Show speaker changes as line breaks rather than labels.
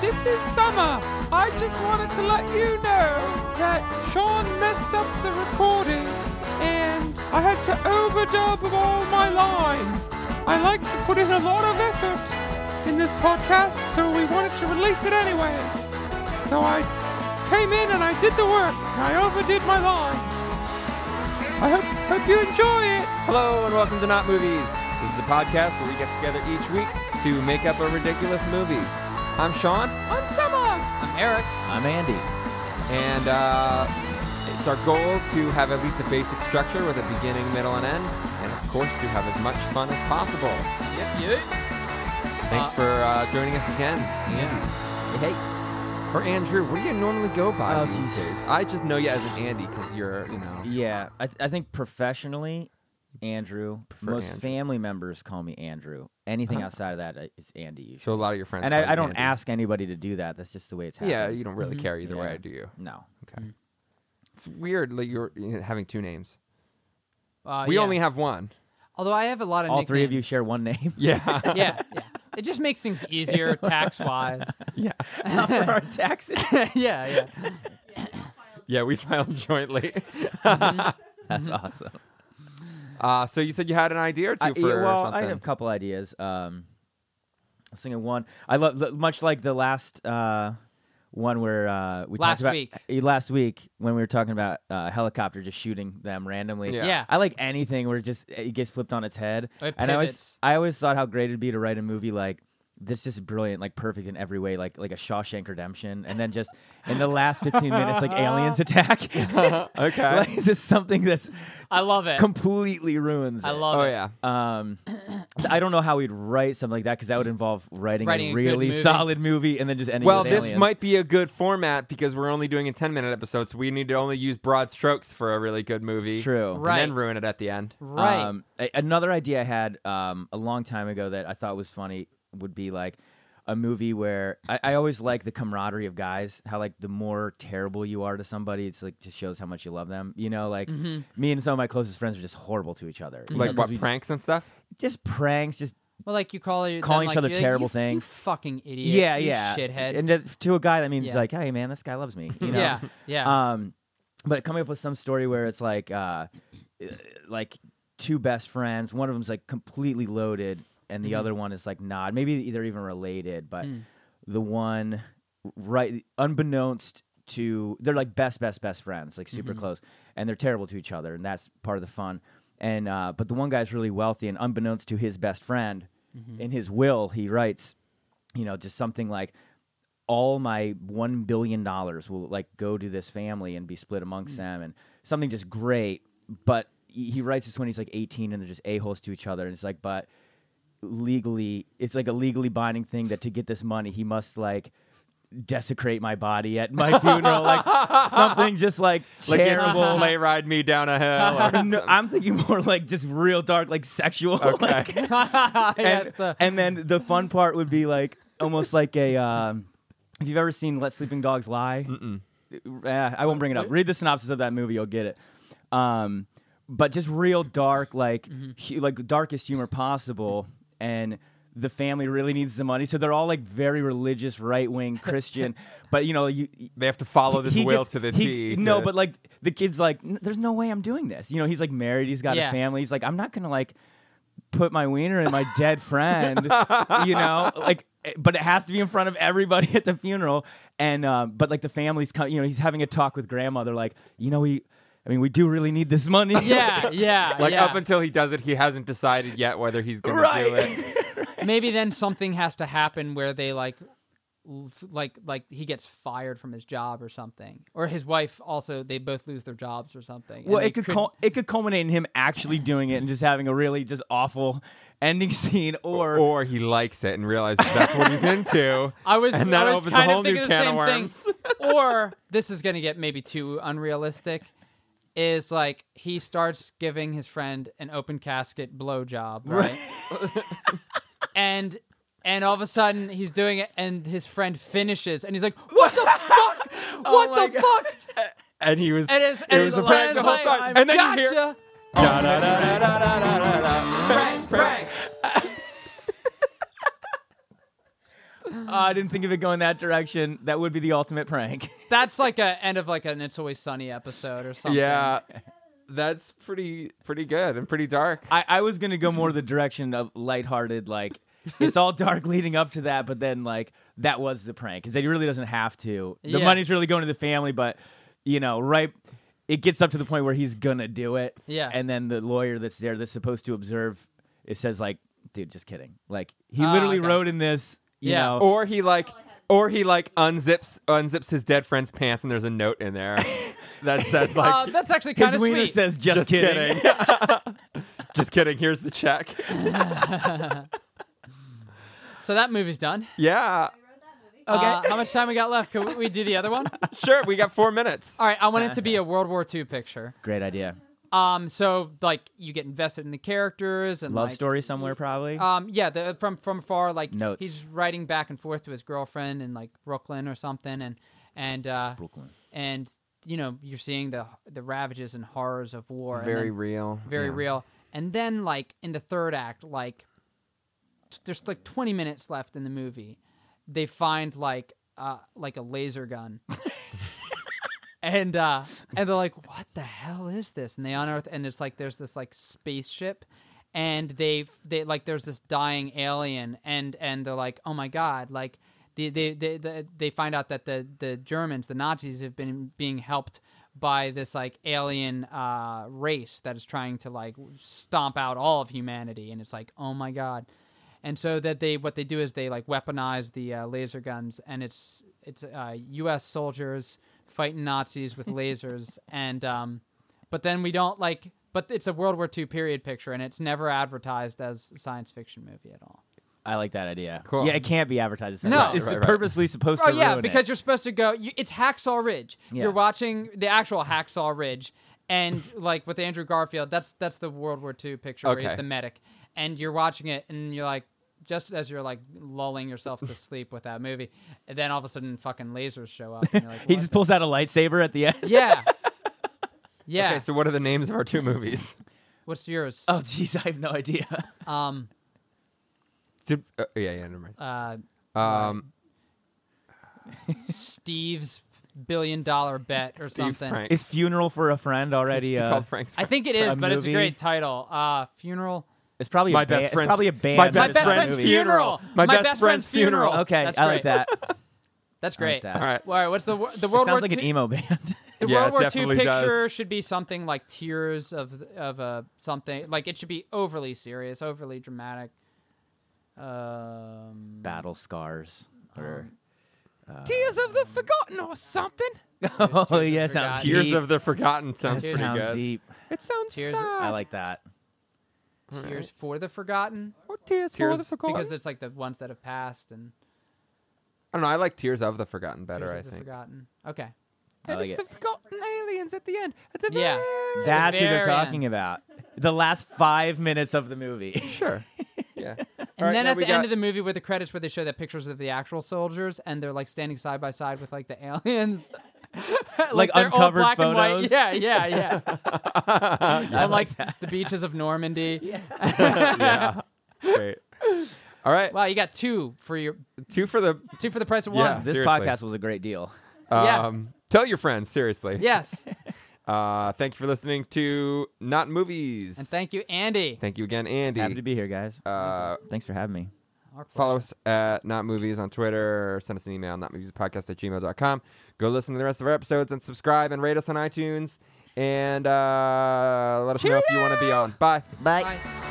This is Summer. I just wanted to let you know that Sean messed up the recording and I had to overdub all my lines. I like to put in a lot of effort in this podcast, so we wanted to release it anyway. So I came in and I did the work. I overdid my lines. I hope, hope you enjoy it.
Hello and welcome to Not Movies. This is a podcast where we get together each week to make up a ridiculous movie. I'm Sean,
I'm Summer.
I'm Eric. I'm Andy. And uh, it's our goal to have at least a basic structure with a beginning, middle, and end. And of course, to have as much fun as possible. Thanks
Uh,
for uh, joining us again.
Yeah.
Hey. Or Andrew, what do you normally go by
Oh,
these
geez.
days? I just know you as an Andy because you're, you know.
Yeah, I, th- I think professionally, Andrew.
prefer
most
Andrew.
family members call me Andrew. Anything
Oh.
outside of that uh, is Andy usually.
So a lot of your friends.
and
call you
I, I don't
Andy.
ask anybody to do that. That's just the way it's happening.
Yeah, you don't really
Mhm.
care either
Yeah.
way, do you?
No.
Okay. It's weird that you're you know, having two names.
Uh,
we
yeah.
only have one.
Although I have a lot of
All three of you
nicknames.
share one name.
Yeah.
yeah, yeah. It just makes things easier tax wise.
yeah.
for our taxes.
yeah, yeah.
Yeah, we filed jointly.
That's awesome.
uh, so you said you had an idea or two
I, Uh, yeah,
for
well,
something.
I have a couple ideas. Um, I was thinking one. I love lo- much like the last uh, one where uh, we
Last
talked about
week.
eh, last week when we were talking about uh, helicopter just shooting them randomly.
Yeah.
Yeah.
I like anything where it just eh, it gets flipped on its head.
It
and I always
pivots.
I always thought how great it'd be to write a movie like this just brilliant, like perfect in every way, like like a Shawshank Redemption, and then just in the last fifteen minutes, like aliens attack.
okay.
like it's just something that's
I love it.
completely ruins.
I
it.
love
oh
it.
yeah.
Um, I don't know how we'd write something like that because that would involve writing,
Writing a
a
good
really
movie.
solid movie and then just ending.
Well,
with
this
aliens.
might be a good format because we're only doing a 10 minute episode, so we need to only use broad strokes for a really good movie.
It's true.
And
Right.
then ruin it at the end.
Right.
Um, a- another idea I had um, a long time ago that I thought was funny would be like a movie where I, I always like the camaraderie of guys. How like the more terrible you are to somebody, it's like just shows how much you love them. You know, like
Mm-hmm.
me and some of my closest friends are just horrible to each other. you know,
Like
'cause
what
we just-
pranks and stuff?
Just pranks, just
well, like you call it
calling each
like,
other
you're like,
terrible
you, f- You
things.
fucking idiot.
yeah,
you
yeah,
Shithead.
And that- to a guy, that means
Yeah.
like, hey man, this guy loves me. You know?
Yeah, yeah.
um but coming up with some story where it's like uh like two best friends one of them's like completely loaded and the other one is like not maybe they're even related but the one right unbeknownst to they're like best best best friends like super close and they're terrible to each other and that's part of the fun and uh but the one guy's really wealthy and unbeknownst to his best friend in his will he writes you know just something like all my one billion dollars will like go to this family and be split
Mm.
amongst them and something just great. But he he writes this when he's like 18 and they're just a-holes to each other and it's like, but legally, it's like a legally binding thing that to get this money, he must like desecrate my body at my funeral, like something just like
Like you have to
terrible.
sleigh ride me down a hill. Or
No,
something.
I'm thinking more like just real dark, like sexual. like-
okay.
Yeah,
and,
it's the-
and then the fun part would be like almost like a um, if you've ever seen let sleeping dogs lie Eh, i won't bring it up read the synopsis of that movie you'll get it um, but just real dark like hu- like darkest humor possible and the family really needs the money so they're all like very religious right-wing christian but you know you
They have to follow this
he
will
gets-
to the T.
he- No,
to-
but like the kid's like, "N- there's no way I'm doing this. You know, he's like married, he's got
Yeah.
a family. He's like, I'm not gonna like put my wiener in my dead friend. you know, like, eh, but it has to be in front of everybody at the funeral. And um, but like the family's coming. You know, he's having a talk with grandma. They're like, you know, we, I mean, we do really need this money.
yeah, yeah,
like
yeah.
up until he does it, he hasn't decided yet whether he's going to do it.
right.
Maybe then something has to happen where they like, l- like, like he gets fired from his job or something, or his wife also. They both lose their jobs or something. and
Well,
they
it could
couldn't-
cul- it could culminate in him actually doing it and just having a really just awful ending scene, or
or he likes it and realizes that's what he's into.
I was,
and that
I was
opens
kind
a whole
of thinking
new
the
can
same
of worms.
thing. or this is going to get maybe too unrealistic. Is like he starts giving his friend an open casket blowjob, right? and and all of a sudden he's doing it, and his friend finishes, and he's like, "What the fuck? What
Oh my
the
God.
fuck?"
And he was
And it's,
it
and
was a
his
prank the whole
like,
time. And then
gotcha.
you hear "Oh, da, da, da, da, da, da, da, da, da.
Pranks, pranks.
Uh, I didn't think of it going that direction. That would be the ultimate prank.
That's like a end of like an It's Always Sunny episode or something.
Yeah, that's pretty pretty good and pretty dark.
I, I was gonna go more the direction of lighthearted, like it's all dark leading up to that, but then like that was the prank because he really doesn't have to. The
Yeah.
money's really going to the family, but you know, right. It gets up to the point where he's gonna do it.
Yeah.
And then the lawyer that's there that's supposed to observe, it says like, "Dude, just kidding." Like he
Ah,
literally
okay.
wrote in this. You
Yeah. Oh,
Know,
Or he like, or he like unzips unzips his dead friend's pants, and there's a note in there that says like,
Uh, that's actually kind
his
of
wiener
sweet.
says, "Just,
just
kidding."
kidding, just kidding. Here's the check.
so that movie's done.
Yeah,
Okay. how much time we got left? Can we, we do the other one?
sure. We got four minutes.
All right. I want it to be a World War II picture.
Great idea.
Um, so like you get invested in the characters and
Love
like,
story somewhere probably.
Um, yeah, the, from from far, like
Notes.
he's writing back and forth to his girlfriend in like Brooklyn or something, and and uh,
Brooklyn.
and you know you're seeing the the ravages and horrors of war. and
Very
then-
real.
very
Yeah.
real. And then like in the third act, like t- there's like 20 minutes left in the movie, they find like uh like a laser gun. and uh and they're like what the hell is this? And they unearth and it's like there's this like spaceship and they they like there's this dying alien and and they're like oh my god like they they they, they, they find out that the the Germans the Nazis have been being helped by this like alien uh, race that is trying to like stomp out all of humanity and it's like oh my god and so that they what they do is they like weaponize the uh, laser guns and it's it's uh, U.S. soldiers fighting Nazis with lasers and um, but then we don't like but it's a World War II period picture and it's never advertised as a science fiction movie at all.
I like that idea.
Cool.
Yeah, it can't be advertised. as
No.
that. it's
Right, right, right.
purposely supposed
Oh
to.
yeah,
ruin it.
because you're supposed to go. You, it's Hacksaw Ridge.
Yeah.
You're watching the actual Hacksaw Ridge, and like with Andrew Garfield, that's that's the World War II picture where
Okay.
he's the medic, and you're watching it, and you're like, just as you're like lulling yourself to sleep with that movie, and then all of a sudden, fucking lasers show up. And you're like,
he
"What
just
the-"
pulls out a lightsaber at the end.
Yeah, yeah.
Okay, so what are the names of our two movies?
What's yours?
Oh, jeez, I have no idea.
Um,
Did, uh, yeah, yeah, never mind.
uh,
Um,
Steve's billion dollar bet or
Steve's
something.
prank.
Is funeral for a friend already?
It's
Uh,
called Frank's.
I
Prank.
think it is,
A
but it's a
movie?
great title. Uh, funeral.
it's probably
My
a band.
best
It's
friend's-
probably a band.
my
My
Best
best,
friend's
friend's
funeral.
funeral.
My best friend's funeral.
Okay,
That's
I
great.
like that.
That's great.
that.
All right.
Well, all right, what's the wor- the World
sounds
War
like
II?
an emo band.
The
Yeah, it
World War
definitely
II picture
does.
should be something like tears of of a something like it should be overly serious, overly dramatic. Um,
Battle scars. Or
Tears of the Forgotten or something.
oh
Tears
yeah,
of
sounds
Forgotten.
Tears
deep.
of the Forgotten sounds
Tears
pretty
sounds
good.
deep.
It sounds
Tears-
sad.
I like that.
tears for the forgotten
Or tears, for the
Tears-
Forgotten.
because it's like the ones that have passed and
I don't know. I like Tears of the Forgotten better.
tears
I
of the
think.
forgotten. Okay,
I
and
like
it's
it.
the Forgotten aliens at the end. At the
Yeah.
very-
That's who they're
very end.
talking about. The last five minutes of the movie.
Sure. Yeah.
and
right,
then
now
at
we
the
got-
end of the movie with the credits where they show the pictures of the actual soldiers and they're like standing side by side with like the aliens.
Like
they're all
uncovered
black and
photos?
white. Yeah, yeah, yeah.
yeah.
and like the beaches of Normandy.
Great. All right.
Wow, you got two for your
Two for the.
two for the price of
Yeah.
one.
This
Seriously.
podcast was a great deal.
Yeah.
Um, Tell your friends, seriously.
Yes,
Uh, thank you for listening to Not Movies.
and thank you, Andy.
Thank you again, Andy.
Happy to be here, guys.
uh,
Thanks for having me.
Our
follow us at Not Movies on Twitter. Send us an email, notmoviespodcast at gmail.com. Go listen to the rest of our episodes and subscribe and rate us on iTunes. And uh, let us know if you want to be on. Bye.
pleasure. Bye.